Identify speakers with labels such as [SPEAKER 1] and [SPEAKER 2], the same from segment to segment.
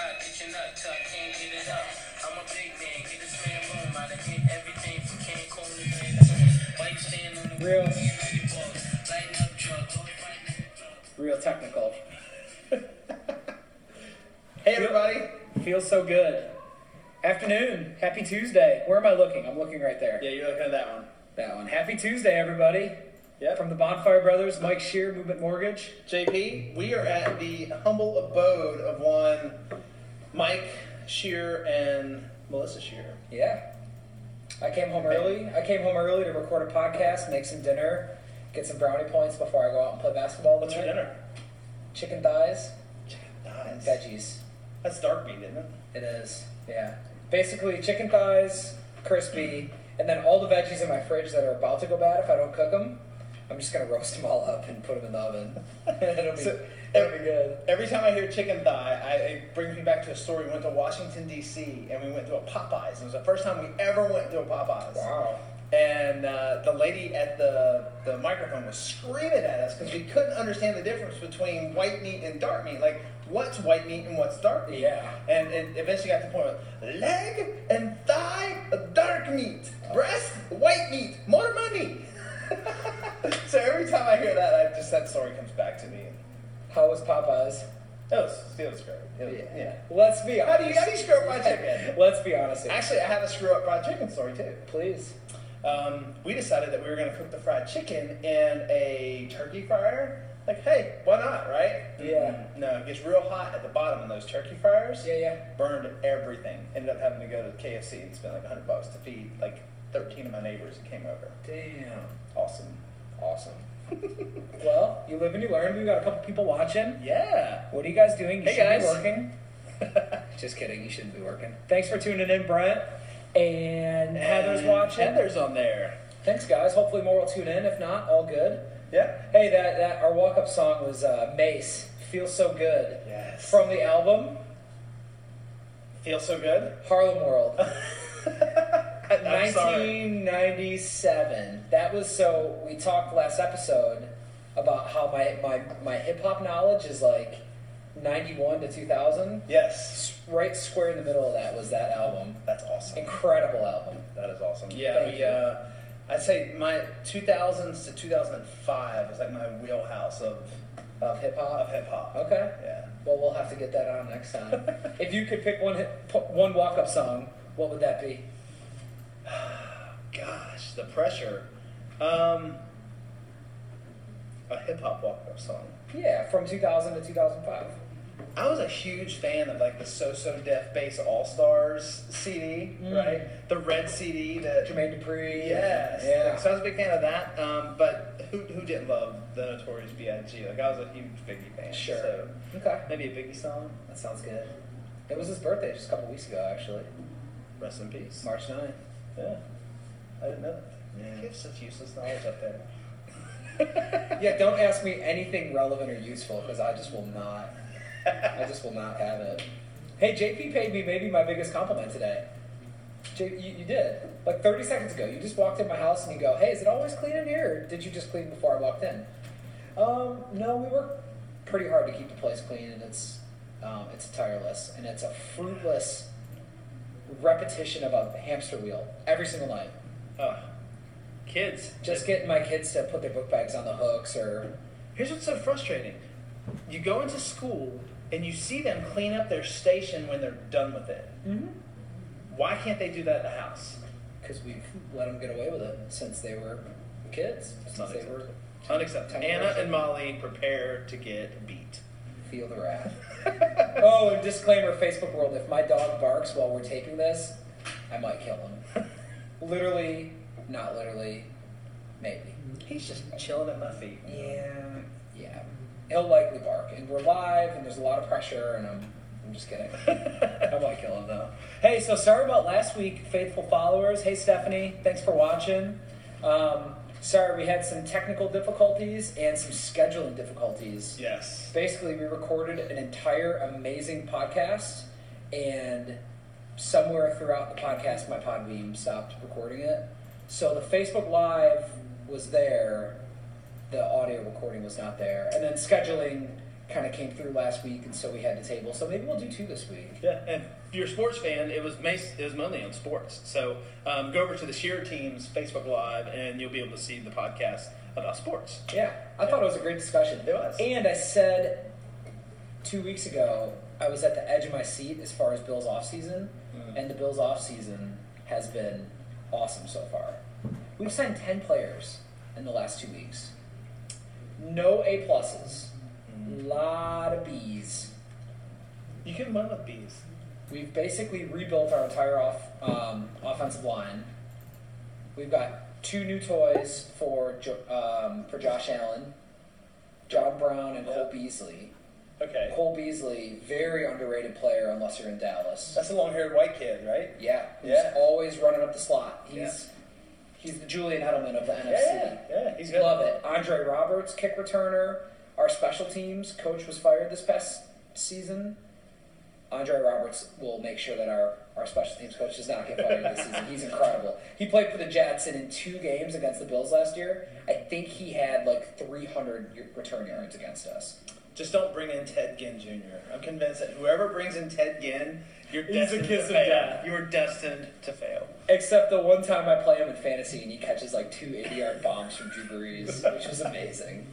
[SPEAKER 1] tuck till I can't get it up. I'm a big man, get this man room. I done hit everything from Cancun to Cancun. Why you stand on the
[SPEAKER 2] Real.
[SPEAKER 1] wall? You know you ball. Lighten up, drug. Don't fight me.
[SPEAKER 2] Real technical.
[SPEAKER 3] Hey everybody.
[SPEAKER 2] Feels so good. Afternoon. Happy Tuesday. Where am I looking? I'm looking right there.
[SPEAKER 3] Yeah, you're looking at that one.
[SPEAKER 2] That one. Happy Tuesday, everybody.
[SPEAKER 3] Yeah.
[SPEAKER 2] From the Bonfire Brothers, Mike Shear, Movement Mortgage.
[SPEAKER 3] JP, we are at the humble abode of one Mike Shear and Melissa Shear.
[SPEAKER 2] Yeah. I came home early. I came home early to record a podcast, make some dinner, get some brownie points before I go out and play basketball.
[SPEAKER 3] What's for
[SPEAKER 2] tonight.
[SPEAKER 3] dinner?
[SPEAKER 2] Chicken thighs
[SPEAKER 3] Chicken
[SPEAKER 2] and
[SPEAKER 3] thighs.
[SPEAKER 2] veggies.
[SPEAKER 3] That's dark meat, isn't it?
[SPEAKER 2] It is. Yeah. Basically, chicken thighs, crispy, and then all the veggies in my fridge that are about to go bad if I don't cook them. I'm just gonna roast them all up and put them in the oven. it'll be,
[SPEAKER 3] So-
[SPEAKER 2] it'll be good.
[SPEAKER 3] Every time I hear chicken thigh, I, it brings me back to a story. We went to Washington D.C. and we went to a Popeyes. It was the first time we ever went to a Popeyes.
[SPEAKER 2] Wow.
[SPEAKER 3] And uh, the lady at the, the microphone was screaming at us because we couldn't understand the difference between white meat and dark meat. Like, what's white meat and what's dark meat?
[SPEAKER 2] Yeah.
[SPEAKER 3] And it eventually got to the point where leg and thigh, dark meat. Breast, white meat. More money. so every time I hear that, I just that story comes back to me.
[SPEAKER 2] How was Popeyes?
[SPEAKER 3] That was, it was great. It was- yeah.
[SPEAKER 2] Let's be
[SPEAKER 3] How
[SPEAKER 2] honest.
[SPEAKER 3] do you how do you screw up my chicken?
[SPEAKER 2] Let's be honest. here.
[SPEAKER 3] Actually, I have a screw up fried chicken story too.
[SPEAKER 2] Please.
[SPEAKER 3] Um, we decided that we were going to cook the fried chicken in a turkey fryer. Like, hey, why not, right?
[SPEAKER 2] Yeah.
[SPEAKER 3] Mm, No, it gets real hot at the bottom in those turkey fryers.
[SPEAKER 2] Yeah, yeah.
[SPEAKER 3] Burned everything. Ended up having to go to KFC and spend like 100 bucks to feed like 13 of my neighbors that came over.
[SPEAKER 2] Damn.
[SPEAKER 3] Awesome. Awesome.
[SPEAKER 2] Well, you live and you learn. We've got a couple people watching.
[SPEAKER 3] Yeah.
[SPEAKER 2] What are you guys doing? You
[SPEAKER 3] Hey,
[SPEAKER 2] should
[SPEAKER 3] guys.
[SPEAKER 2] be working. Just kidding. You shouldn't be working. Thanks for tuning in, Brent. And, Heather's
[SPEAKER 3] And
[SPEAKER 2] watching.
[SPEAKER 3] Heather's on there.
[SPEAKER 2] Thanks, guys. Hopefully more will tune in. If not, all good.
[SPEAKER 3] Yeah.
[SPEAKER 2] Hey, that, that our walk-up song was uh, Mace. Feels so good.
[SPEAKER 3] Yes.
[SPEAKER 2] From the album
[SPEAKER 3] Feels so good.
[SPEAKER 2] Harlem World.
[SPEAKER 3] I'm sorry.
[SPEAKER 2] 1997. That was so. We talked last episode about how my my my hip hop knowledge is like 91 to 2000.
[SPEAKER 3] Yes.
[SPEAKER 2] S- Right square in the middle of that was that album.
[SPEAKER 3] That's awesome.
[SPEAKER 2] Incredible album.
[SPEAKER 3] That is awesome. Yeah,
[SPEAKER 2] Thank
[SPEAKER 3] we,
[SPEAKER 2] you.
[SPEAKER 3] uh, I'd say my 2000s to 2005 is like my wheelhouse of,
[SPEAKER 2] Of hip
[SPEAKER 3] of
[SPEAKER 2] hop.
[SPEAKER 3] hip hop.
[SPEAKER 2] Okay.
[SPEAKER 3] Yeah.
[SPEAKER 2] Well, we'll have to get that on next time. if you could pick one hit, pu- one walk up song, what would that be?
[SPEAKER 3] Gosh, the pressure. Um, a hip hop walk up song.
[SPEAKER 2] Yeah, from 2000 to 2005.
[SPEAKER 3] I was a huge fan of like the So So Def Bass All Stars CD,
[SPEAKER 2] Mm.
[SPEAKER 3] right? The red CD that.
[SPEAKER 2] Jermaine Dupri.
[SPEAKER 3] Yes.
[SPEAKER 2] Yeah.
[SPEAKER 3] So I was a big fan of that. Um, but who, who didn't love the Notorious B.I.G.? Like I was a huge Biggie fan.
[SPEAKER 2] Sure.
[SPEAKER 3] So
[SPEAKER 2] okay.
[SPEAKER 3] maybe a Biggie song.
[SPEAKER 2] That sounds good. It was his birthday just a couple weeks ago, actually.
[SPEAKER 3] Rest in peace.
[SPEAKER 2] March 9th.
[SPEAKER 3] Yeah. I didn't know that.
[SPEAKER 2] Yeah.
[SPEAKER 3] You have such useless knowledge up there.
[SPEAKER 2] Yeah, don't ask me anything relevant or useful because I just will not. I just will not have it. Hey, JP paid me maybe my biggest compliment today. J- you, you did. Like 30 seconds ago, you just walked in my house and you go, hey, is it always clean in here? Or did you just clean before I walked in? Um, no, we work pretty hard to keep the place clean and it's, um, it's tireless and it's a fruitless repetition of a hamster wheel every single night.
[SPEAKER 3] Oh. Kids.
[SPEAKER 2] Just getting my kids to put their book bags on the hooks or
[SPEAKER 3] Here's what's so frustrating. You go into school and you see them clean up their station when they're done with it. Why can't they do that at the house?
[SPEAKER 2] because we've let them get away with it since they were kids,
[SPEAKER 3] It's
[SPEAKER 2] since
[SPEAKER 3] not
[SPEAKER 2] they were
[SPEAKER 3] acceptable. Unacceptable.
[SPEAKER 2] Time
[SPEAKER 3] Anna
[SPEAKER 2] pressure.
[SPEAKER 3] and Molly prepare to get beat.
[SPEAKER 2] feel the wrath. oh, and disclaimer, Facebook world: if my dog barks while we're taping this, I might kill him. literally, not literally, maybe.
[SPEAKER 3] He's just chilling at my feet.
[SPEAKER 2] Yeah. Yeah. He'll likely bark, and we're live, and there's a lot of pressure, and I'm, I'm just kidding. I might kill him though. Hey, so sorry about last week, faithful followers. Hey, Stephanie, thanks for watching. Um, sorry, we had some technical difficulties and some scheduling difficulties.
[SPEAKER 3] Yes.
[SPEAKER 2] Basically, we recorded an entire amazing podcast, and somewhere throughout the podcast, my Podbeam stopped recording it. So the Facebook Live was there, the audio recording was not there, and then scheduling kind of came through last week, and so we had to table. So maybe we'll do two this week.
[SPEAKER 4] Yeah, and if you're a sports fan, it was mas- it was mainly on sports. So um, go over to the Sheer Team's Facebook Live, and you'll be able to see the podcast about sports.
[SPEAKER 2] Yeah, I thought it was a great discussion.
[SPEAKER 4] It was.
[SPEAKER 2] And I said two weeks ago, I was at the edge of my seat as far as Bills offseason,
[SPEAKER 4] Mm.
[SPEAKER 2] and the Bills offseason has been awesome so far. We've signed 10 players in the last two weeks. No A pluses,
[SPEAKER 4] Mm.
[SPEAKER 2] lot of Bs.
[SPEAKER 4] You can run with bees.
[SPEAKER 2] We've basically rebuilt our entire off, um, offensive line. We've got two new toys for Jo- um, for Josh Allen, John Brown, and Cole Beasley.
[SPEAKER 4] Okay.
[SPEAKER 2] Cole Beasley, very underrated player unless you're in Dallas.
[SPEAKER 3] That's a long-haired white kid, right?
[SPEAKER 2] Yeah, he's
[SPEAKER 3] Yeah.
[SPEAKER 2] always running up the slot. He's he's the Julian Edelman of the NFC.
[SPEAKER 3] Yeah, yeah, he's good.
[SPEAKER 2] Love it. Andre Roberts, kick returner. Our special teams coach was fired this past season. Andre Roberts will make sure that our, our special teams coach does not get fired this season. He's incredible. He played for the Jets and in two games against the Bills last year, I think he had like 300 y- return yards against us.
[SPEAKER 3] Just don't bring in Ted Ginn Jr. I'm convinced that whoever brings in Ted Ginn,
[SPEAKER 4] You're
[SPEAKER 3] He's a
[SPEAKER 4] destined
[SPEAKER 3] kiss
[SPEAKER 4] to
[SPEAKER 3] of
[SPEAKER 4] fail.
[SPEAKER 3] death.
[SPEAKER 4] You're destined to fail.
[SPEAKER 2] Except the one time I play him in fantasy and he catches like two 80 yard bombs from Drew Brees, which was amazing.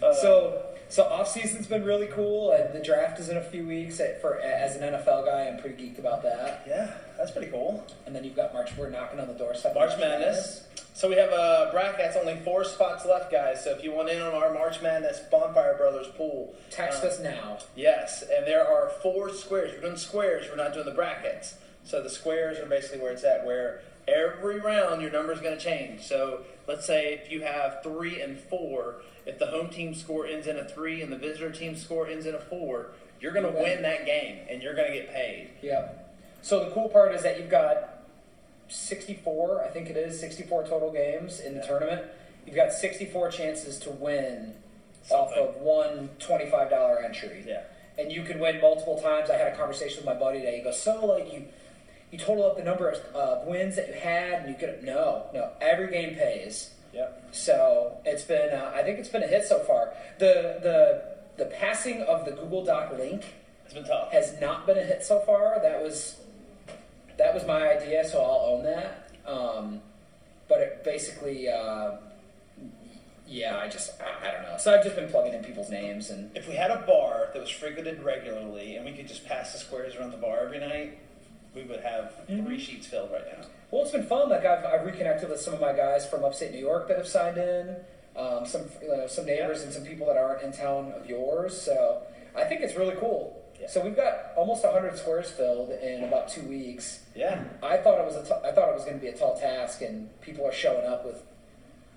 [SPEAKER 3] Uh,
[SPEAKER 2] so so off season's been really cool, and the draft is in a few weeks. And For eh, as an NFL guy, I'm pretty geeked about that.
[SPEAKER 3] yeah, that's pretty cool.
[SPEAKER 2] And then you've got March. We're knocking on the doorstep. of
[SPEAKER 3] March Madness. So we have a bracket that's only four spots left, guys. So if you want in on our March Madness Bonfire Brothers pool,
[SPEAKER 2] Text
[SPEAKER 3] uh,
[SPEAKER 2] us now.
[SPEAKER 3] Yes, and there are four squares. We're doing squares. We're not doing the brackets. So the squares are basically where it's at, where every round your number is going to change. So let's say if you have three and four, if the home team score ends in a three and the visitor team score ends in a four, you're going to
[SPEAKER 2] Okay.
[SPEAKER 3] win that game and you're going to get paid.
[SPEAKER 2] Yep. So the cool part is that you've got 64, I think it is, 64 total games in the tournament. You've got 64 chances to win off
[SPEAKER 4] Something.
[SPEAKER 2] of one $25 entry.
[SPEAKER 3] Yeah.
[SPEAKER 2] And you can win multiple times. I had a conversation with my buddy today. He goes, so like you, you total up the number of uh, wins that you had, and you could no, no. Every game pays.
[SPEAKER 3] Yep.
[SPEAKER 2] So it's been, uh, I think it's been a hit so far. The the the passing of the Google Doc link
[SPEAKER 4] It's been tough.
[SPEAKER 2] has not been a hit so far. That was that was my idea, so I'll own that. Um, but it basically, uh, yeah, I just I, I don't know. So I've just been plugging in people's names and
[SPEAKER 3] If we had a bar that was frequented regularly and we could just pass the squares around the bar every night, we would have three sheets filled right now.
[SPEAKER 2] Well, it's been fun. Like I've, I've reconnected with some of my guys from upstate New York that have signed in, um, some you know, some neighbors and some people that aren't in town of yours. So I think it's really cool.
[SPEAKER 3] Yeah.
[SPEAKER 2] So we've got almost 100 squares filled in about two weeks.
[SPEAKER 3] Yeah.
[SPEAKER 2] I thought it was a t- I thought it was going to be a tall task, and people are showing up with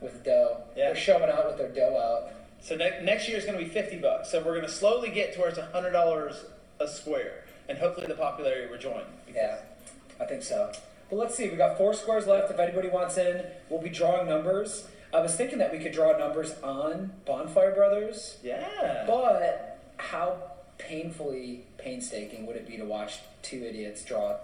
[SPEAKER 2] with dough.
[SPEAKER 3] Yeah.
[SPEAKER 2] They're showing out with their dough out.
[SPEAKER 3] So ne- next year is going to be fifty bucks. So we're going to slowly get towards hundred dollars a square, and hopefully the popularity will join.
[SPEAKER 2] Yeah, I think so. But let's see, we got four squares left. If anybody wants in, we'll be drawing numbers. I was thinking that we could draw numbers on Bonfire Brothers.
[SPEAKER 3] Yeah.
[SPEAKER 2] But how painfully painstaking would it be to watch two idiots draw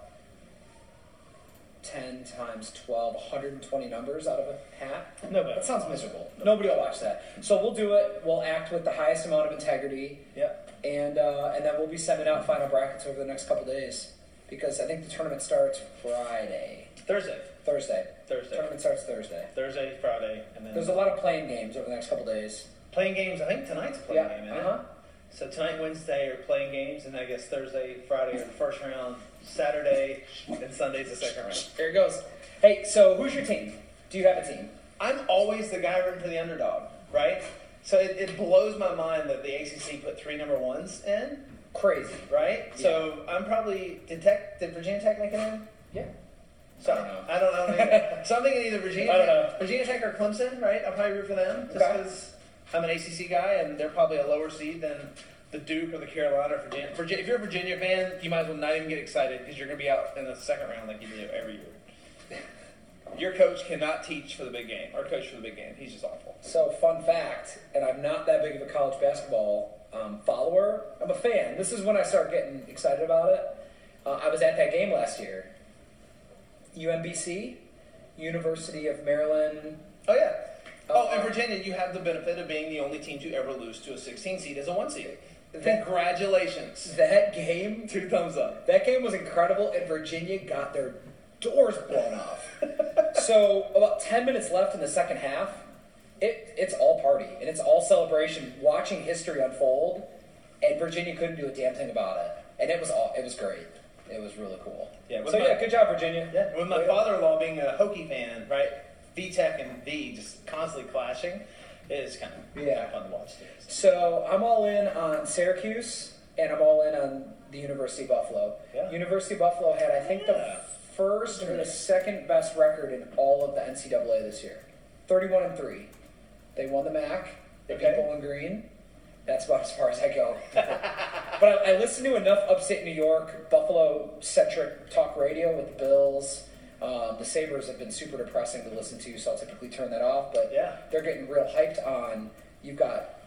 [SPEAKER 2] 10 times 12, 120 numbers out of a hat?
[SPEAKER 3] No, but-
[SPEAKER 2] That sounds miserable. Nobody will watch that. So we'll do it. We'll act with the highest amount of integrity.
[SPEAKER 3] Yep.
[SPEAKER 2] And, uh, and then we'll be sending out final brackets over the next couple days because I think the tournament starts Friday.
[SPEAKER 3] Thursday,
[SPEAKER 2] Thursday.
[SPEAKER 3] Thursday,
[SPEAKER 2] Tournament starts Thursday.
[SPEAKER 3] Thursday, Friday, and then
[SPEAKER 2] There's a lot of playing games over the next couple days.
[SPEAKER 3] playing games. I think tonight's playing
[SPEAKER 2] yeah.
[SPEAKER 3] game. isn't it?
[SPEAKER 2] Uh-huh.
[SPEAKER 3] So tonight, Wednesday, are playing games, and I guess Thursday, Friday are the first round. Saturday and Sunday's the second round.
[SPEAKER 2] There it goes. Hey, so who's your team? Do you have a team?
[SPEAKER 3] I'm always the guy rooting for the underdog, right? So it, it blows my mind that the ACC put three number ones in.
[SPEAKER 2] Crazy.
[SPEAKER 3] right? So I'm probably did Tech did Virginia Tech make it in?
[SPEAKER 2] Yeah.
[SPEAKER 3] So
[SPEAKER 2] I don't know.
[SPEAKER 3] I don't know. either. so I'm thinking either Virginia,
[SPEAKER 4] I don't
[SPEAKER 3] Tech, Virginia Tech or Clemson, right? I'll probably root for them just
[SPEAKER 2] Okay.
[SPEAKER 3] because I'm an ACC guy and they're probably a lower seed than the Duke or the Carolina or Virginia. Virgi- If you're a Virginia fan, you might as well not even get excited because you're going to be out in the second round like you do every year. Your coach cannot teach for the big game or coach for the big game. He's just awful.
[SPEAKER 2] So, fun fact, and I'm not that big of a college basketball um, follower. I'm a fan. This is when I start getting excited about it. Uh, I was at that game last year. UMBC, University of Maryland.
[SPEAKER 3] Oh yeah. Oh,
[SPEAKER 2] Uh,
[SPEAKER 3] and Virginia, you have the benefit of being the only team to ever lose to a 16 seed as a one seed.
[SPEAKER 5] Congratulations.
[SPEAKER 2] That game,
[SPEAKER 5] Two thumbs up.
[SPEAKER 2] that game was incredible, and Virginia got their doors blown off. so about ten minutes left in the second half. It, it's all party and it's all celebration, watching history unfold, and Virginia couldn't do a damn thing about it. And it was all it was great. It was really cool.
[SPEAKER 3] Yeah, with
[SPEAKER 2] So
[SPEAKER 3] my-
[SPEAKER 2] yeah, good job, Virginia.
[SPEAKER 3] Yeah, with my father-in-law being a Hokie fan, right? V Tech and V just constantly clashing. It is kind of
[SPEAKER 2] Yeah.
[SPEAKER 3] kind of fun to watch. Too, so.
[SPEAKER 2] So I'm all in on Syracuse, and I'm all in on the University of Buffalo.
[SPEAKER 3] Yeah.
[SPEAKER 2] University of Buffalo had, I think,
[SPEAKER 3] Yeah.
[SPEAKER 2] the first or the second best record in all of the NCAA this year, 31 and three. They won the MAC. They beat
[SPEAKER 3] Okay.
[SPEAKER 2] Bowling Green. That's about as far as I go. but I, I listen to enough upstate New York, Buffalo centric talk radio with the Bills. Um, the Sabres have been super depressing to listen to, so I'll typically turn that off. But
[SPEAKER 3] Yeah.
[SPEAKER 2] they're getting real hyped on. You've got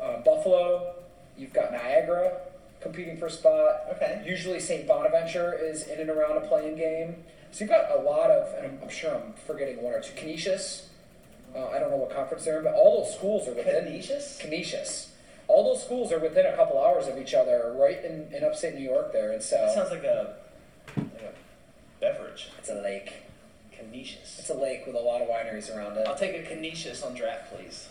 [SPEAKER 2] uh, Buffalo, you've got Niagara competing for a spot.
[SPEAKER 3] Okay.
[SPEAKER 2] Usually St. Bonaventure is in and around a playing game. So you've got a lot of, and I'm, I'm sure I'm forgetting one or two. Canisius. Uh, I don't know what conference they're in, but all those schools are within.
[SPEAKER 3] Canisius?
[SPEAKER 2] Canisius. All those schools are within a couple hours of each other, right in, in upstate New York there, and so
[SPEAKER 3] That sounds like a, like a beverage.
[SPEAKER 2] it's a lake.
[SPEAKER 3] Canisius.
[SPEAKER 2] It's a lake with a lot of wineries around it.
[SPEAKER 3] I'll take a Canisius on draft, please.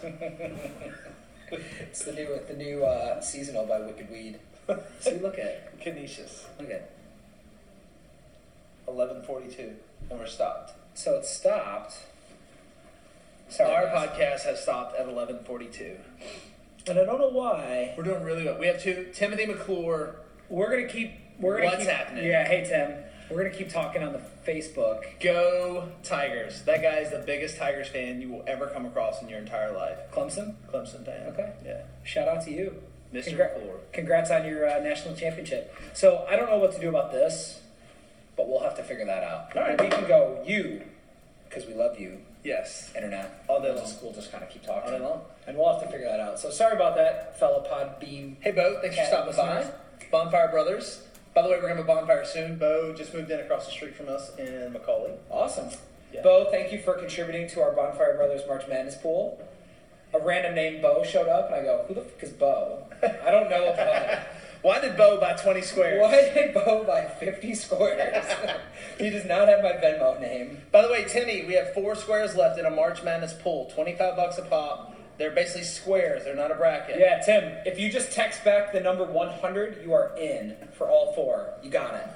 [SPEAKER 2] It's the new the new uh, seasonal by Wicked Weed. See, look at it.
[SPEAKER 3] Canisius.
[SPEAKER 2] Look at it.
[SPEAKER 3] 11:42, and we're stopped.
[SPEAKER 2] So it stopped.
[SPEAKER 3] Our
[SPEAKER 2] Sorry, guys.
[SPEAKER 3] podcast has stopped at 11:42.
[SPEAKER 2] and I don't know why.
[SPEAKER 3] We're doing really well. We have two. Timothy McClure.
[SPEAKER 2] We're gonna keep. We're gonna
[SPEAKER 3] What's
[SPEAKER 2] keep-
[SPEAKER 3] happening?
[SPEAKER 2] Yeah, hey Tim. We're gonna keep talking on the Facebook.
[SPEAKER 3] Go Tigers. That guy is the biggest Tigers fan you will ever come across in your entire life.
[SPEAKER 2] Clemson,
[SPEAKER 3] Clemson fan.
[SPEAKER 2] Okay.
[SPEAKER 3] Yeah.
[SPEAKER 2] shout out to you,
[SPEAKER 3] Mr. McClure.
[SPEAKER 2] Congrats on your uh, national championship. So I don't know what to do about this, but we'll have to figure that out.
[SPEAKER 3] All right.
[SPEAKER 2] we can go you because we love you,
[SPEAKER 3] Yes.
[SPEAKER 2] internet.
[SPEAKER 3] All day
[SPEAKER 2] We'll
[SPEAKER 3] long.
[SPEAKER 2] just- We'll just kind of keep talking,
[SPEAKER 3] All day long.
[SPEAKER 2] and we'll have to figure that out. So sorry about that, fellow Pod Beam.
[SPEAKER 3] Hey, Bo. Thanks for
[SPEAKER 2] Cat
[SPEAKER 3] stopping by.
[SPEAKER 2] listeners.
[SPEAKER 3] Bonfire Brothers. By the way, we're gonna have a bonfire soon. Bo just moved in across the street from us in Macaulay.
[SPEAKER 2] Awesome.
[SPEAKER 3] Yeah.
[SPEAKER 2] Bo, thank you for contributing to our Bonfire Brothers March Madness pool. A random name, Bo, showed up, and I go, who the fuck is Bo? I don't know a Bo.
[SPEAKER 3] Why did Bo buy 20 squares?
[SPEAKER 2] Why did Bo buy 50 squares? he does not have my Venmo name.
[SPEAKER 3] By the way, Timmy, we have four squares left in a March Madness pool. 25 bucks a pop. They're basically squares. They're not a bracket.
[SPEAKER 2] Yeah, Tim, if you just text back the number 100, you are in for all four. You got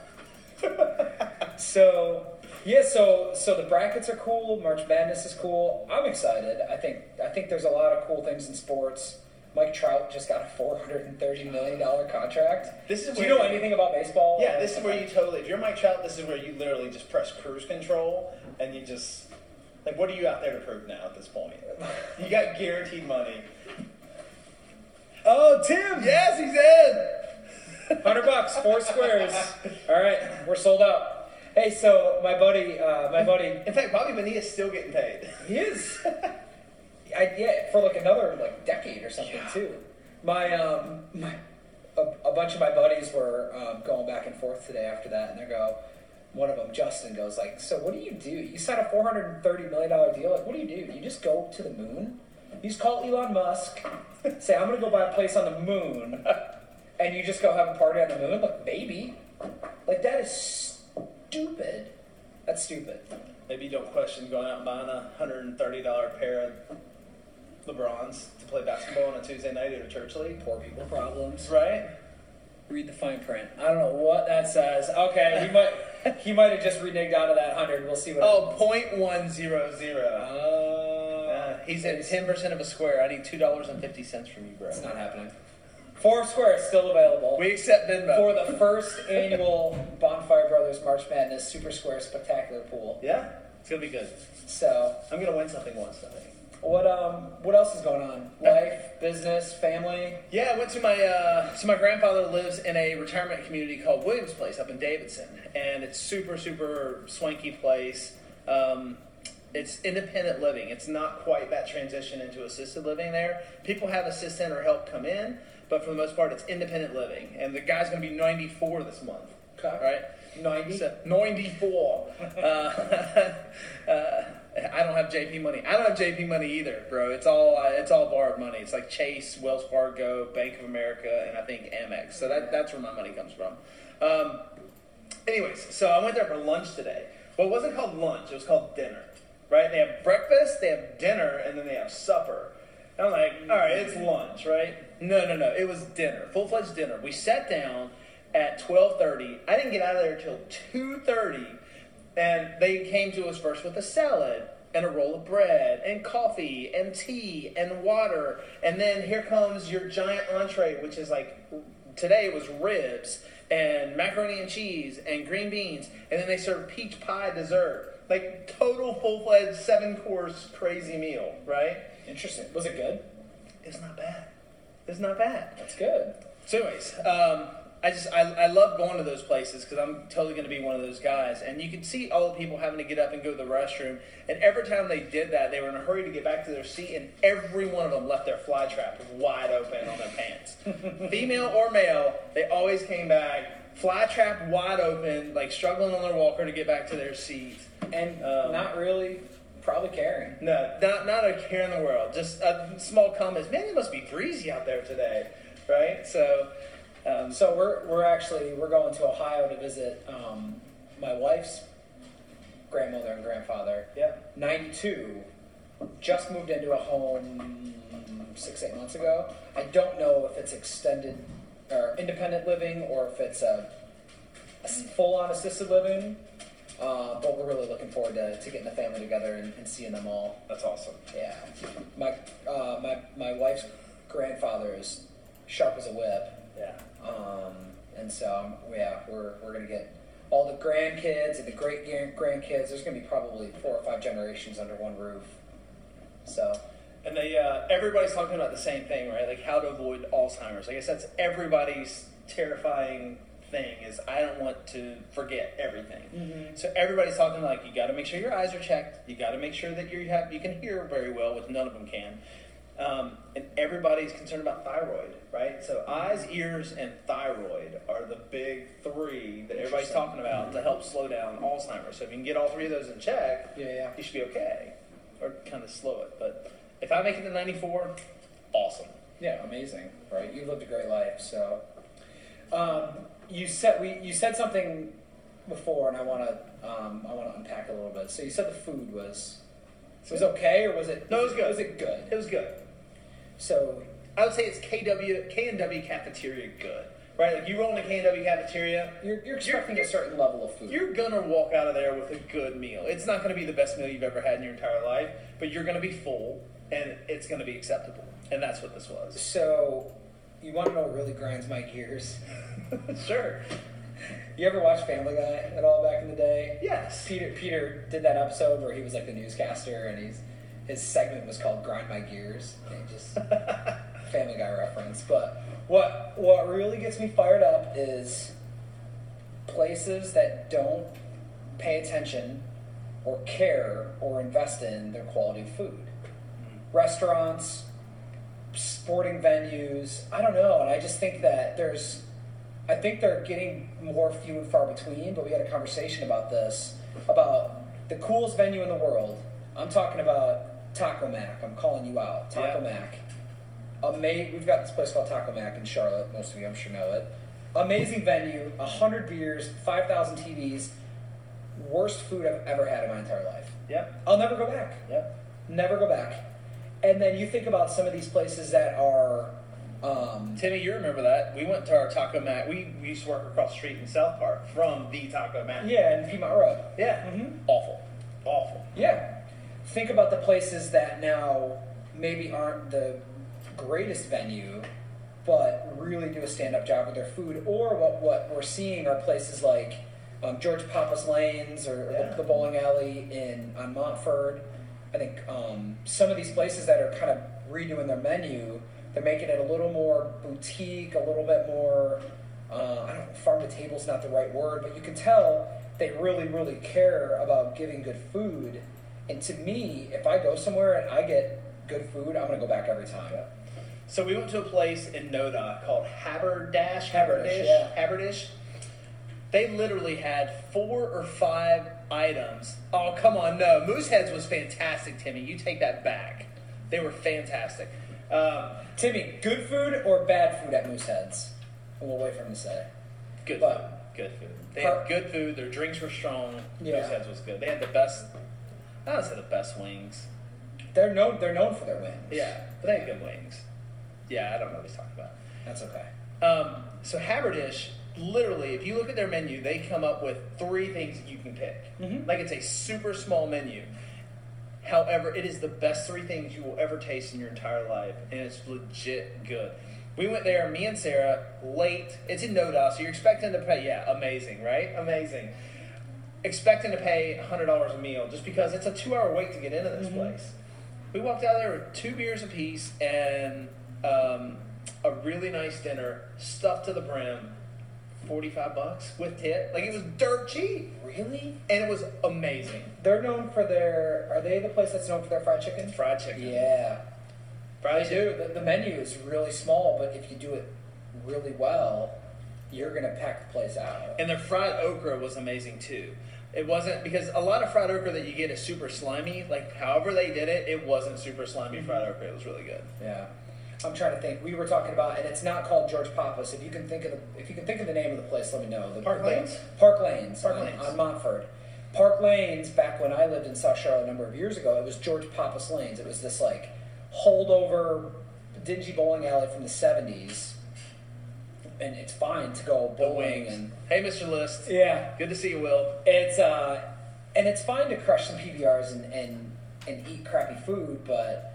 [SPEAKER 2] it. so, yeah, so so the brackets are cool, March Madness is cool. I'm excited. I think I think there's a lot of cool things in sports. Mike Trout just got a 430 million dollar contract.
[SPEAKER 3] This is
[SPEAKER 2] Do you
[SPEAKER 3] where-
[SPEAKER 2] know anything about baseball?
[SPEAKER 3] Yeah, this is where you totally. If you're Mike Trout, this is where you literally just press cruise control and you just like, what are you out there to prove now at this point? You got guaranteed money.
[SPEAKER 2] Oh, Tim.
[SPEAKER 3] Yes, he's in.
[SPEAKER 2] 100 bucks, four squares. All right, we're sold out. Hey, so my buddy uh, my buddy
[SPEAKER 3] In fact, Bobby Bonilla's still getting paid.
[SPEAKER 2] He is. I, yeah, for like another like decade or something too. My um, my, a, a bunch of my buddies were um, going back and forth today after that, and they go. One of them, Justin, goes like, "So what do you do? You sign a four hundred and thirty million dollar deal. Like, what do you do? You just go to the moon? You just call Elon Musk, say I'm gonna go buy a place on the moon, and you just go have a party on the moon? Like, maybe. Like that is stupid. That's stupid.
[SPEAKER 3] Maybe you don't question going out and buying a hundred and thirty dollar pair of LeBrons to play basketball on a Tuesday night at a church league,
[SPEAKER 2] Poor people problems.
[SPEAKER 3] right?
[SPEAKER 2] Read the fine print. I don't know what that says. Okay, he might he might have just reneged out of that hundred. We'll see what.
[SPEAKER 3] Oh, point one zero zero.
[SPEAKER 2] oh.
[SPEAKER 3] Uh, he's at ten percent of a square. I need two dollars and fifty cents from you, bro.
[SPEAKER 2] it's not happening. Four Square is still available
[SPEAKER 3] We accept Venmo.
[SPEAKER 2] for the first annual Bonfire Brothers March Madness Super Square Spectacular Pool.
[SPEAKER 3] yeah, it's gonna be good.
[SPEAKER 2] So,
[SPEAKER 3] I'm gonna win something once, I think.
[SPEAKER 2] what um what else is going on? Life, business, family.
[SPEAKER 3] Yeah, I went to my uh, so my grandfather lives in a retirement community called Williams Place up in Davidson, and it's super super swanky place. Um, it's independent living. It's not quite that transition into assisted living there. People have assistant or help come in, but for the most part, it's independent living. And the guy's gonna be 94 this month.
[SPEAKER 2] Okay.
[SPEAKER 3] Right.
[SPEAKER 2] Ninety.
[SPEAKER 3] So, 94. uh, uh, I don't have JP money. I don't have JP money either, bro. It's all uh, it's all borrowed money. It's like Chase, Wells Fargo, Bank of America, and I think Amex. So that, that's where my money comes from. Um, anyways, so I went there for lunch today. Well, it wasn't called lunch. It was called dinner, right? They have breakfast, they have dinner, and then they have supper. And I'm like, all right, it's lunch, right? No, no, no. It was dinner, full fledged dinner. We sat down at 12:30. I didn't get out of there till 2:30. And they came to us first with a salad and a roll of bread and coffee and tea and water. And then here comes your giant entree, which is like today it was ribs and macaroni and cheese and green beans. And then they served peach pie dessert. Like total full fledged seven course crazy meal, right?
[SPEAKER 2] Interesting. Was it good?
[SPEAKER 3] It's not bad. It's not bad.
[SPEAKER 2] That's good.
[SPEAKER 3] So, anyways, um, I just I, I love going to those places because I'm totally going to be one of those guys. And you can see all the people having to get up and go to the restroom. And every time they did that, they were in a hurry to get back to their seat, and every one of them left their fly trap wide open on their pants, female or male. They always came back fly trap wide open, like struggling on their walker to get back to their seat.
[SPEAKER 2] And
[SPEAKER 3] Um,
[SPEAKER 2] not really, probably caring.
[SPEAKER 3] No, not not a care in the world. Just a small comments. Man, it must be breezy out there today, right? So. Um,
[SPEAKER 2] So we're we're actually we're going to Ohio to visit um, my wife's grandmother and grandfather.
[SPEAKER 3] yeah.
[SPEAKER 2] Ninety two, just moved into a home six eight months ago. I don't know if it's extended or independent living or if it's a, full on assisted living. Uh, but we're really looking forward to, to getting the family together and, and seeing them all.
[SPEAKER 3] That's awesome.
[SPEAKER 2] Yeah, my uh, my my wife's grandfather is sharp as a whip.
[SPEAKER 3] Yeah.
[SPEAKER 2] Um, and so um, yeah, we're, we're gonna get all the grandkids and the great gran- grandkids. There's gonna be probably four or five generations under one roof. So
[SPEAKER 3] And they, uh, everybody's talking about the same thing, right? Like how to avoid Alzheimer's. I guess that's everybody's terrifying thing is I don't want to forget everything. So everybody's talking like you got to make sure your eyes are checked. You got to make sure that you have you can hear very well, which none of them can. Um, and everybody's concerned about thyroid, right? So eyes, ears, and thyroid are the big three that everybody's
[SPEAKER 2] Interesting.
[SPEAKER 3] talking about to help slow down Alzheimer's. So if you can get all three of those in check,
[SPEAKER 2] yeah, yeah.
[SPEAKER 3] you should be okay, or kind of slow it. But if I make it to 94, awesome.
[SPEAKER 2] Yeah, amazing, right? You lived a great life. So, um, you said we you said something before, and I want to um, I want to unpack a little bit. So you said the food was was okay, or was it?
[SPEAKER 3] No, it was good.
[SPEAKER 2] Was it good?
[SPEAKER 3] It was good.
[SPEAKER 2] So
[SPEAKER 3] I would say it's KW K&W cafeteria good, right? Like you roll into K&W cafeteria,
[SPEAKER 2] you're, you're expecting a certain level of food.
[SPEAKER 3] you're gonna walk out of there with a good meal. It's not gonna be the best meal you've ever had in your entire life, but you're gonna be full, and it's gonna be acceptable. And that's what this was.
[SPEAKER 2] So you want to know what really grinds my gears?
[SPEAKER 3] sure.
[SPEAKER 2] You ever watch Family Guy at all back in the day?
[SPEAKER 3] Yes.
[SPEAKER 2] Peter Peter did that episode where he was like the newscaster and he's his segment was called Grind My Gears. And it just Family Guy reference. But what what really gets me fired up is places that don't pay attention or care or invest in their quality of food. Restaurants, sporting venues, I don't know, and I just think that there's I think they're getting more few and far between, but we had a conversation about this about the coolest venue in the world. I'm talking about Taco Mac. I'm calling you out. Taco
[SPEAKER 3] Yeah.
[SPEAKER 2] Mac. Ama- we've got this place called Taco Mac in Charlotte. Most of you, I'm sure, know it. Amazing venue, 100 beers, 5,000 TVs. Worst food I've ever had in my entire life.
[SPEAKER 3] Yep.
[SPEAKER 2] I'll never go back.
[SPEAKER 3] Yep.
[SPEAKER 2] Never go back. And then you think about some of these places that are. Um,
[SPEAKER 3] Timmy, you remember that. We went to our Taco Mac. We, we used to work across the street in South Park from the Taco Mac.
[SPEAKER 2] yeah, in Piedmont Road.
[SPEAKER 3] Yeah.
[SPEAKER 2] Mhm.
[SPEAKER 3] Awful. Awful.
[SPEAKER 2] Yeah. Think about the places that now maybe aren't the greatest venue, but really do a stand up job with their food. Or what, what we're seeing are places like um, George Papa's Lanes or
[SPEAKER 3] Yeah.
[SPEAKER 2] the, the bowling alley in on Montford. I think um, some of these places that are kind of redoing their menu, they're making it a little more boutique, a little bit more. Uh, I don't know, farm to table's not the right word, but you can tell they really, really care about giving good food. And to me, if I go somewhere and I get good food, I'm gonna go back every time.
[SPEAKER 3] So we went to a place in Noda called Haberdash. Haberdish.
[SPEAKER 2] Haberdash, yeah.
[SPEAKER 3] Haberdish. They literally had four or five items. Oh, come on, no. Mooseheads was fantastic, Timmy. You take that back. They were fantastic. Um,
[SPEAKER 2] Timmy, good food or bad food at Mooseheads? And we'll wait for him to say.
[SPEAKER 3] good
[SPEAKER 2] But-
[SPEAKER 3] food. Good food. They
[SPEAKER 2] Per-
[SPEAKER 3] had good food. Their drinks were strong.
[SPEAKER 2] Yeah.
[SPEAKER 3] Mooseheads was good. They had the best, I would say the best wings.
[SPEAKER 2] They're known. They're known for their wings.
[SPEAKER 3] Yeah, but they had good wings. Yeah, I don't know what he's talking about.
[SPEAKER 2] that's okay.
[SPEAKER 3] Um, so Haberdish, literally, if you look at their menu, they come up with three things that you can pick.
[SPEAKER 2] Mhm.
[SPEAKER 3] Like it's a super small menu. However, it is the best three things you will ever taste in your entire life, and it's legit good. We went there, me and Sarah, late. It's in Noda, so you're expecting to pay. Yeah, amazing, right? Amazing. Expecting to pay $100 a meal just because it's a two hour wait to get into this place. We walked out there with two beers apiece and um, a really nice dinner, stuffed to the brim, 45 bucks with tip. Like it was dirt cheap,
[SPEAKER 2] Really?
[SPEAKER 3] and it was amazing.
[SPEAKER 2] They're known for their. Are they the place that's known for their fried chicken?
[SPEAKER 3] Fried chicken.
[SPEAKER 2] Yeah,
[SPEAKER 3] Fried
[SPEAKER 2] they
[SPEAKER 3] chicken.
[SPEAKER 2] do. The, the menu is really small, but if you do it really well, you're gonna pack the place out.
[SPEAKER 3] And their fried okra was amazing too. It wasn't because a lot of fried okra that you get is super slimy. Like however they did it, it wasn't super slimy fried okra. It was really good.
[SPEAKER 2] Yeah, I'm trying to think. We were talking about, and it's not called George Papas. If you can think of the, if you can think of the name of the place, let me know. The,
[SPEAKER 3] Park
[SPEAKER 2] the-
[SPEAKER 3] Lanes?
[SPEAKER 2] Park Lanes.
[SPEAKER 3] Park
[SPEAKER 2] on,
[SPEAKER 3] Lanes.
[SPEAKER 2] on Montford. Park Lanes. Back when I lived in South Charlotte a number of years ago, it was George Papas Lanes. It was this like holdover dingy bowling alley from the '70s, and it's fine to go
[SPEAKER 3] The
[SPEAKER 2] bowling
[SPEAKER 3] wings.
[SPEAKER 2] and
[SPEAKER 3] Hey, Mr. List.
[SPEAKER 2] yeah.
[SPEAKER 3] Good to see you, Will.
[SPEAKER 2] It's uh, and it's fine to crush some PBRs and and and eat crappy food, but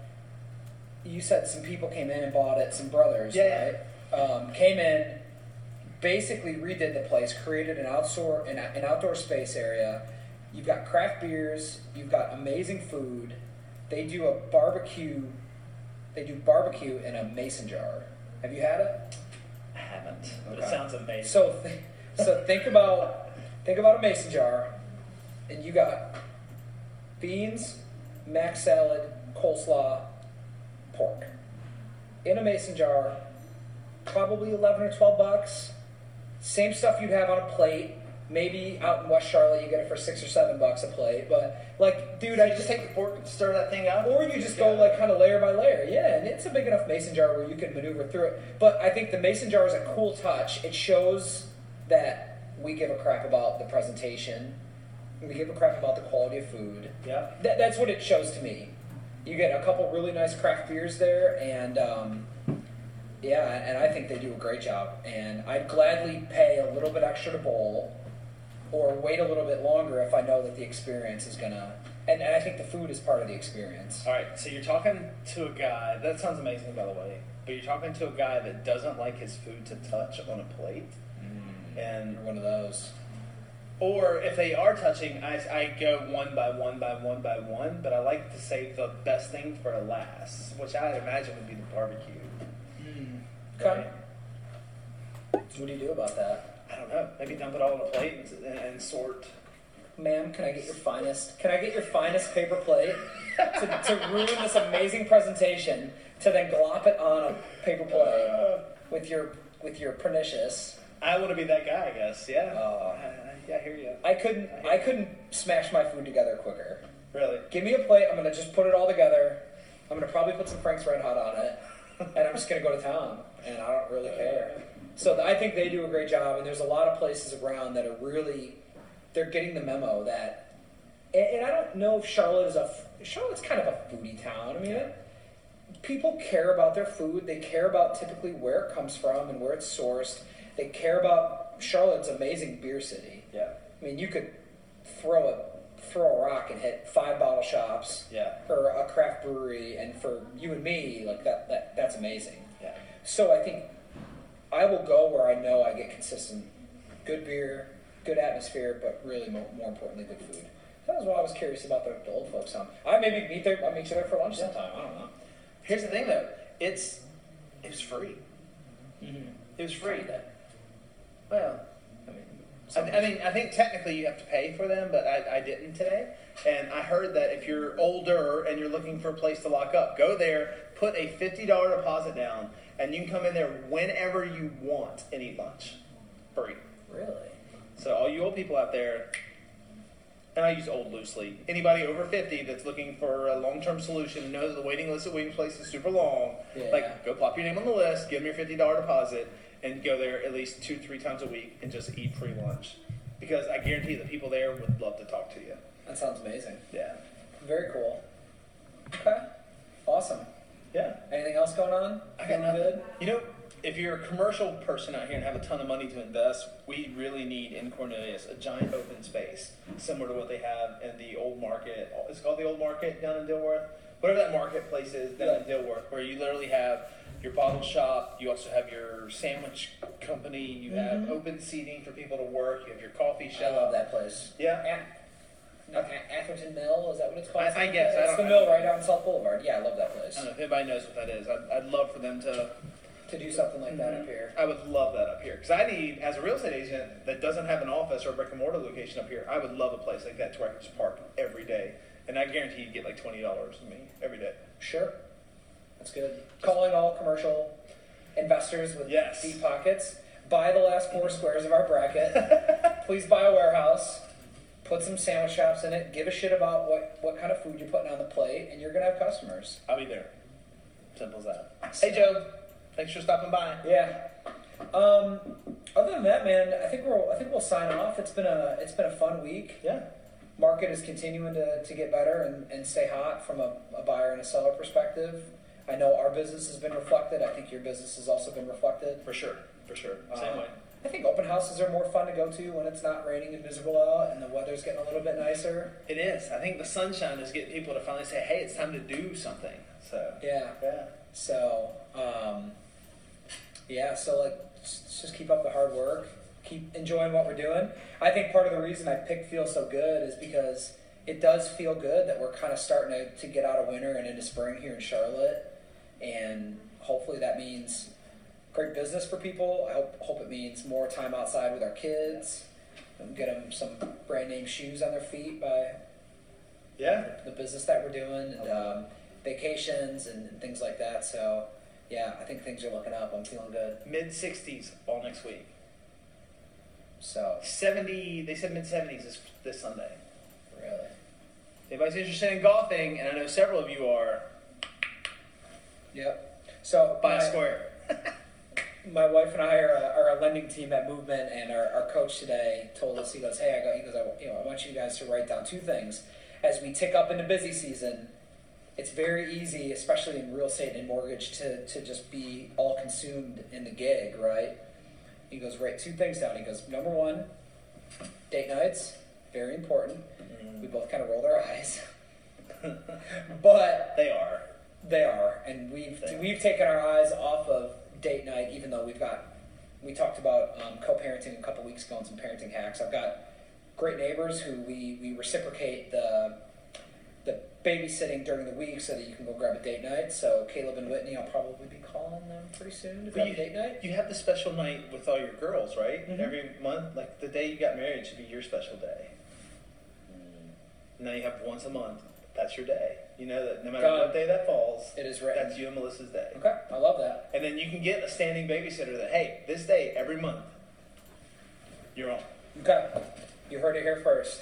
[SPEAKER 2] you said some people came in and bought it, some brothers,
[SPEAKER 3] Yeah.
[SPEAKER 2] right? Um, came in, basically redid the place, created an outdoor an, an outdoor space area. You've got craft beers, you've got amazing food. They do a barbecue. They do barbecue in a mason jar. Have you had it?
[SPEAKER 3] I haven't, but it
[SPEAKER 2] Okay.
[SPEAKER 3] sounds amazing.
[SPEAKER 2] So, th- so think about think about a mason jar, and you got beans, mac salad, coleslaw, pork in a mason jar, probably eleven or twelve bucks. Same stuff you'd have on a plate. Maybe out in West Charlotte, you get it for six or seven bucks a plate. But like, dude, I just
[SPEAKER 3] take the pork and stir that thing up.
[SPEAKER 2] or you just go like kind of layer by layer. Yeah, and it's a big enough mason jar where you can maneuver through it. But I think the mason jar is a cool touch. It shows that we give a crap about the presentation. We give a crap about the quality of food.
[SPEAKER 3] Yeah.
[SPEAKER 2] That, that's what it shows to me. You get a couple really nice craft beers there, and um, yeah, and I think they do a great job. And I'd gladly pay a little bit extra to bowl, or wait a little bit longer if I know that the experience is gonna. And, and I think the food is part of the experience.
[SPEAKER 3] All right, so you're talking to a guy. That sounds amazing, by the way. But you're talking to a guy that doesn't like his food to touch on a plate, and Mm.
[SPEAKER 2] You're one of those.
[SPEAKER 3] Or if they are touching, I, I go one by one by one by one, but I like to save the best thing for last, which I imagine would be the barbecue.
[SPEAKER 2] Okay. What do you do about that,
[SPEAKER 3] I don't know. Maybe dump it all on a plate and, and, and sort.
[SPEAKER 2] ma'am? Can I get your finest? Can I get your finest paper plate to, to ruin this amazing presentation? To then glop it on a paper plate with your with your pernicious.
[SPEAKER 3] Uh, I want to be that guy, I guess. Yeah.
[SPEAKER 2] Oh.
[SPEAKER 3] I- yeah, I hear you.
[SPEAKER 2] I couldn't. I couldn't smash my food together quicker.
[SPEAKER 3] Really.
[SPEAKER 2] Give me a plate. I'm gonna just put it all together. I'm gonna probably put some Frank's Red Hot on it, and I'm just gonna go to town. And I don't really care. So th- I think they do a great job. And there's a lot of places around that are really, they're getting the memo that. And, and I don't know if Charlotte is a f- Charlotte's kind of a foodie town. I mean, it, people care about their food. They care about typically where it comes from and where it's sourced. They care about Charlotte's amazing beer city.
[SPEAKER 3] Yeah.
[SPEAKER 2] I mean, you could throw a throw a rock and hit five bottle shops
[SPEAKER 3] Yeah.
[SPEAKER 2] or a craft brewery, and for you and me, like that, that that's amazing.
[SPEAKER 3] Yeah.
[SPEAKER 2] So I think I will go where I know I get consistent, good beer, good atmosphere, but really more, more importantly, good food. That was what I was curious about the, the old folks home. I maybe meet there, I meet you there for lunch sometime. I don't know.
[SPEAKER 3] Here's the thing, though. It's it was free. It was free. Well, I mean, I, I mean, I think technically you have to pay for them, but I, I didn't today. And I heard that if you're older and you're looking for a place to lock up, go there, put a fifty dollar deposit down, and you can come in there whenever you want and eat lunch, free.
[SPEAKER 2] Really?
[SPEAKER 3] So old people out there, and I use old loosely, anybody over 50 that's looking for a long term solution, know that the waiting list at Wings Place is super long.
[SPEAKER 2] Yeah.
[SPEAKER 3] Like, go pop your name on the list, give them your $50 deposit, and go there at least two, three times a week and just eat free lunch. Because I guarantee the people there would love to talk to you.
[SPEAKER 2] That sounds amazing.
[SPEAKER 3] Yeah.
[SPEAKER 2] Very cool. Okay. Awesome.
[SPEAKER 3] Yeah.
[SPEAKER 2] Anything else going on?
[SPEAKER 3] I got
[SPEAKER 2] Feeling
[SPEAKER 3] nothing. You know, if you're a commercial person out here and have a ton of money to invest, we really need in Cornelius a giant open space, similar to what they have in the old market. It's called the old market down in Dilworth. Whatever that marketplace is down in Dilworth, where you literally have your bottle shop, you also have your sandwich company, you have open seating for people to work, you have your coffee
[SPEAKER 2] Mm-hmm. I love
[SPEAKER 3] shop.
[SPEAKER 2] that place.
[SPEAKER 3] Yeah.
[SPEAKER 2] At, not At- Atherton Mill, is that what it's called?
[SPEAKER 3] I- I
[SPEAKER 2] Something like
[SPEAKER 3] guess,
[SPEAKER 2] that?
[SPEAKER 3] I
[SPEAKER 2] It's
[SPEAKER 3] don't- Uh-huh.
[SPEAKER 2] the mill right on South Boulevard. Yeah, I love that
[SPEAKER 3] I
[SPEAKER 2] place.
[SPEAKER 3] don't know if anybody knows what that is. I'd, I'd love for them to
[SPEAKER 2] To do something like that up here.
[SPEAKER 3] I would love that up here because I need, as a real estate agent that doesn't have an office or a brick and mortar location up here, I would love a place like that to where I can just park every day, and I guarantee you'd get like twenty dollars from me every day.
[SPEAKER 2] Sure. That's good. Calling all commercial investors with
[SPEAKER 3] Yes.
[SPEAKER 2] deep pockets. Buy the last four squares of our bracket. Please buy a warehouse. Put some sandwich shops in it. Give a shit about what, what kind of food you're putting on the plate, and you're going to have customers.
[SPEAKER 3] I'll be there. Simple as that. Hey Joe, thanks for stopping by.
[SPEAKER 2] Yeah. Um, other than that, man, I think we'll I think we'll sign off. It's been a it's been a fun week.
[SPEAKER 3] Yeah.
[SPEAKER 2] Market is continuing to, to get better and, and stay hot from a, a buyer and a seller perspective. I know our business has been reflected. I think your business has also been reflected.
[SPEAKER 3] For sure. For sure.
[SPEAKER 2] Um,
[SPEAKER 3] Same way.
[SPEAKER 2] I think open houses are more fun to go to when it's not raining and miserable out and the weather's getting a little bit nicer.
[SPEAKER 3] It is. I think the sunshine is getting people to finally say, "Hey, it's time to do something." So.
[SPEAKER 2] Yeah.
[SPEAKER 3] Yeah.
[SPEAKER 2] So, um, yeah, so like, s- just keep up the hard work. Keep enjoying what we're doing. I think part of the reason I pick Feel So Good is because it does feel good that we're kind of starting to, to get out of winter and into spring here in Charlotte. And hopefully that means great business for people. I hope, hope it means more time outside with our kids. and Get them some brand name shoes on their feet by
[SPEAKER 3] Yeah.
[SPEAKER 2] the business that we're doing and um, vacations and, and things like that. So, yeah, I think things are looking up. I'm feeling good.
[SPEAKER 3] Mid 60s all next week.
[SPEAKER 2] So,
[SPEAKER 3] 70. They said mid 70s is this Sunday.
[SPEAKER 2] really,
[SPEAKER 3] If anybody's interested in golfing, and I know several of you are,
[SPEAKER 2] yep. So,
[SPEAKER 3] buy a
[SPEAKER 2] my-
[SPEAKER 3] square.
[SPEAKER 2] my wife and I are a, are a lending team at Movement, and our, our coach today told us, he goes, hey, I got, he goes, I, you know, I want you guys to write down two things. As we tick up into busy season, it's very easy, especially in real estate and mortgage, to, to just be all consumed in the gig, right? He goes, write two things down. He goes, number one, date nights, very important. We both kind of rolled our eyes. but
[SPEAKER 3] Mm. They are.
[SPEAKER 2] they are, and we've
[SPEAKER 3] They are.
[SPEAKER 2] we've taken our eyes off of date night, even though we've got. We talked about um, co-parenting a couple weeks ago and some parenting hacks. I've got great neighbors who we we reciprocate the the babysitting during the week so that you can go grab a date night. So Caleb and Whitney, I'll probably be calling them pretty soon to grab a
[SPEAKER 3] you,
[SPEAKER 2] date night.
[SPEAKER 3] you have the special night with all your girls, right?
[SPEAKER 2] Mhm.
[SPEAKER 3] Every month, like the day you got married should be your special day. Now you have once a month. That's your day. You know that no matter
[SPEAKER 2] Done.
[SPEAKER 3] what day that falls,
[SPEAKER 2] It is written.
[SPEAKER 3] that's you and Melissa's day.
[SPEAKER 2] Okay, I love that.
[SPEAKER 3] And then you can get a standing babysitter that hey, this day every month, you're on.
[SPEAKER 2] Okay, you heard it here first.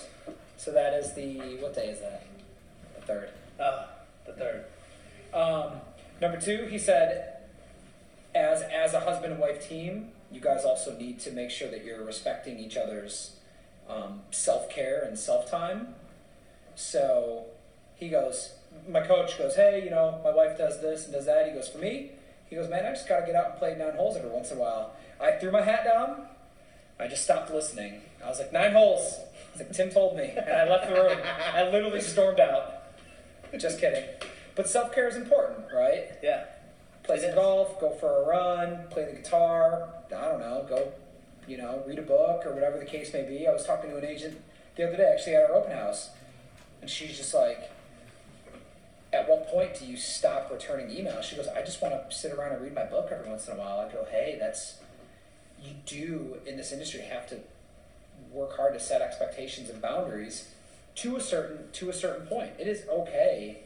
[SPEAKER 2] So that is the what day is that? The third.
[SPEAKER 3] Ah, the third.
[SPEAKER 2] Um, number two, he said, as as a husband and wife team, you guys also need to make sure that you're respecting each other's um, self care and self time. So he goes, my coach goes, hey, you know, my wife does this and does that. He goes, for me, he goes, man, I just gotta get out and play nine holes every once in a while. I threw my hat down. I just stopped listening. I was like, nine holes. It's like Tim told me, and I left the room. I literally stormed out. Just kidding. But self care is important, right?
[SPEAKER 3] Yeah.
[SPEAKER 2] Play some golf, go for a run, play the guitar. I don't know, go, you know, read a book or whatever the case may be. I was talking to an agent the other day, actually at our open house, and she's just like, "At what point do you stop returning emails?" She goes, "I just want to sit around and read my book every once in a while." I go, "Hey, that's you do in this industry have to work hard to set expectations and boundaries to a certain to a certain point. It is okay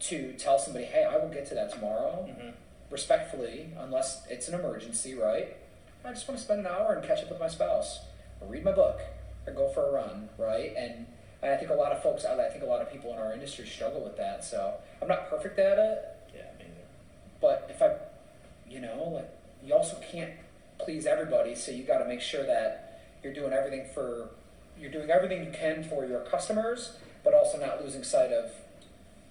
[SPEAKER 2] to tell somebody, "Hey, I will get to that tomorrow,"
[SPEAKER 3] Mm-hmm.
[SPEAKER 2] respectfully, unless it's an emergency, right? I just want to spend an hour and catch up with my spouse, or read my book, or go for a run, right? And I think a lot of folks, I think a lot of people in our industry struggle with that. So I'm not perfect at it,
[SPEAKER 3] Yeah, me neither.
[SPEAKER 2] but if I, you know, like you also can't please everybody, so you got to make sure that you're doing everything for, you're doing everything you can for your customers, but also not losing sight of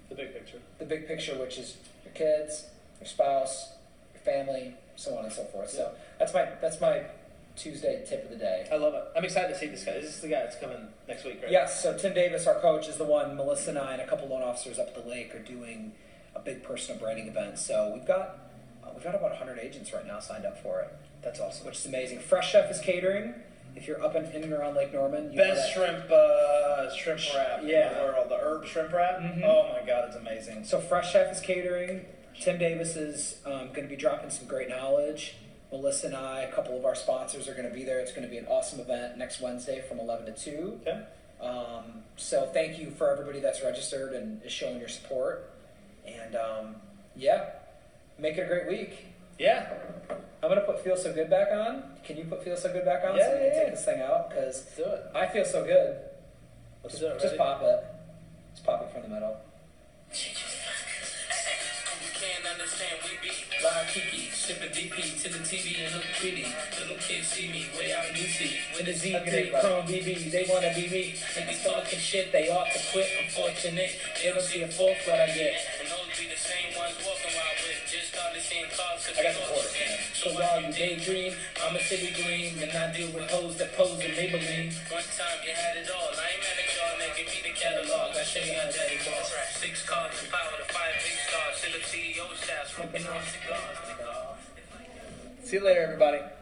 [SPEAKER 3] The big picture.
[SPEAKER 2] the big picture, which is your kids, your spouse, your family, so on and so forth. So that's my that's my Tuesday tip of the day.
[SPEAKER 3] I love it. I'm excited to see this guy. Is this the guy that's coming next week, right?
[SPEAKER 2] Yes, so Tim Davis, our coach, is the one. Melissa and I and a couple loan officers up at the lake are doing a big personal branding event. So we've got uh, we've got about 100 agents right now signed up for it,
[SPEAKER 3] That's awesome.
[SPEAKER 2] which is amazing. Fresh Chef is catering. If you're up in, in and around Lake Norman, you know that.
[SPEAKER 3] Best shrimp uh, shrimp wrap in
[SPEAKER 2] yeah.
[SPEAKER 3] the world. The herb shrimp wrap.
[SPEAKER 2] Mhm.
[SPEAKER 3] Oh my god, it's amazing.
[SPEAKER 2] So Fresh Chef is catering. Tim Davis is um, going to be dropping some great knowledge. Melissa and I, a couple of our sponsors, are going to be there. It's going to be an awesome event next Wednesday from 11 to 2.
[SPEAKER 3] Okay.
[SPEAKER 2] Um, so thank you for everybody that's registered and is showing your support. And um, yeah, make it a great week.
[SPEAKER 3] Yeah.
[SPEAKER 2] I'm going to put Feel So Good back on. Can you put Feel So Good back on so
[SPEAKER 3] Yeah,
[SPEAKER 2] we can
[SPEAKER 3] yeah,
[SPEAKER 2] take
[SPEAKER 3] yeah.
[SPEAKER 2] this thing out? Because
[SPEAKER 3] Let's do it.
[SPEAKER 2] I feel so good. Just,
[SPEAKER 3] Let's do it.
[SPEAKER 2] just
[SPEAKER 3] ready?
[SPEAKER 2] pop it. Just pop it from the middle.
[SPEAKER 1] You can't understand, we be live Kiki, shipping DP to the TV and look pretty. Little kids see me, way out in UC. When the Z
[SPEAKER 2] Okay,
[SPEAKER 1] take chrome BB, they wanna be me. And they talking shit, they ought to quit, unfortunate. They don't see a fourth what I get. And those be the same ones walking while with just started seeing cars.
[SPEAKER 3] I got the quarter.
[SPEAKER 1] So while you daydream, I'm a city green, and I deal with hoes that pose in Maybelline. One time you had it all, I ain't mad at y'all, man, give me the catalog, I show you how daddy walks. Six cars and power to five big E stars, still a CEO staff, smoking on cigars.
[SPEAKER 3] See you later, everybody.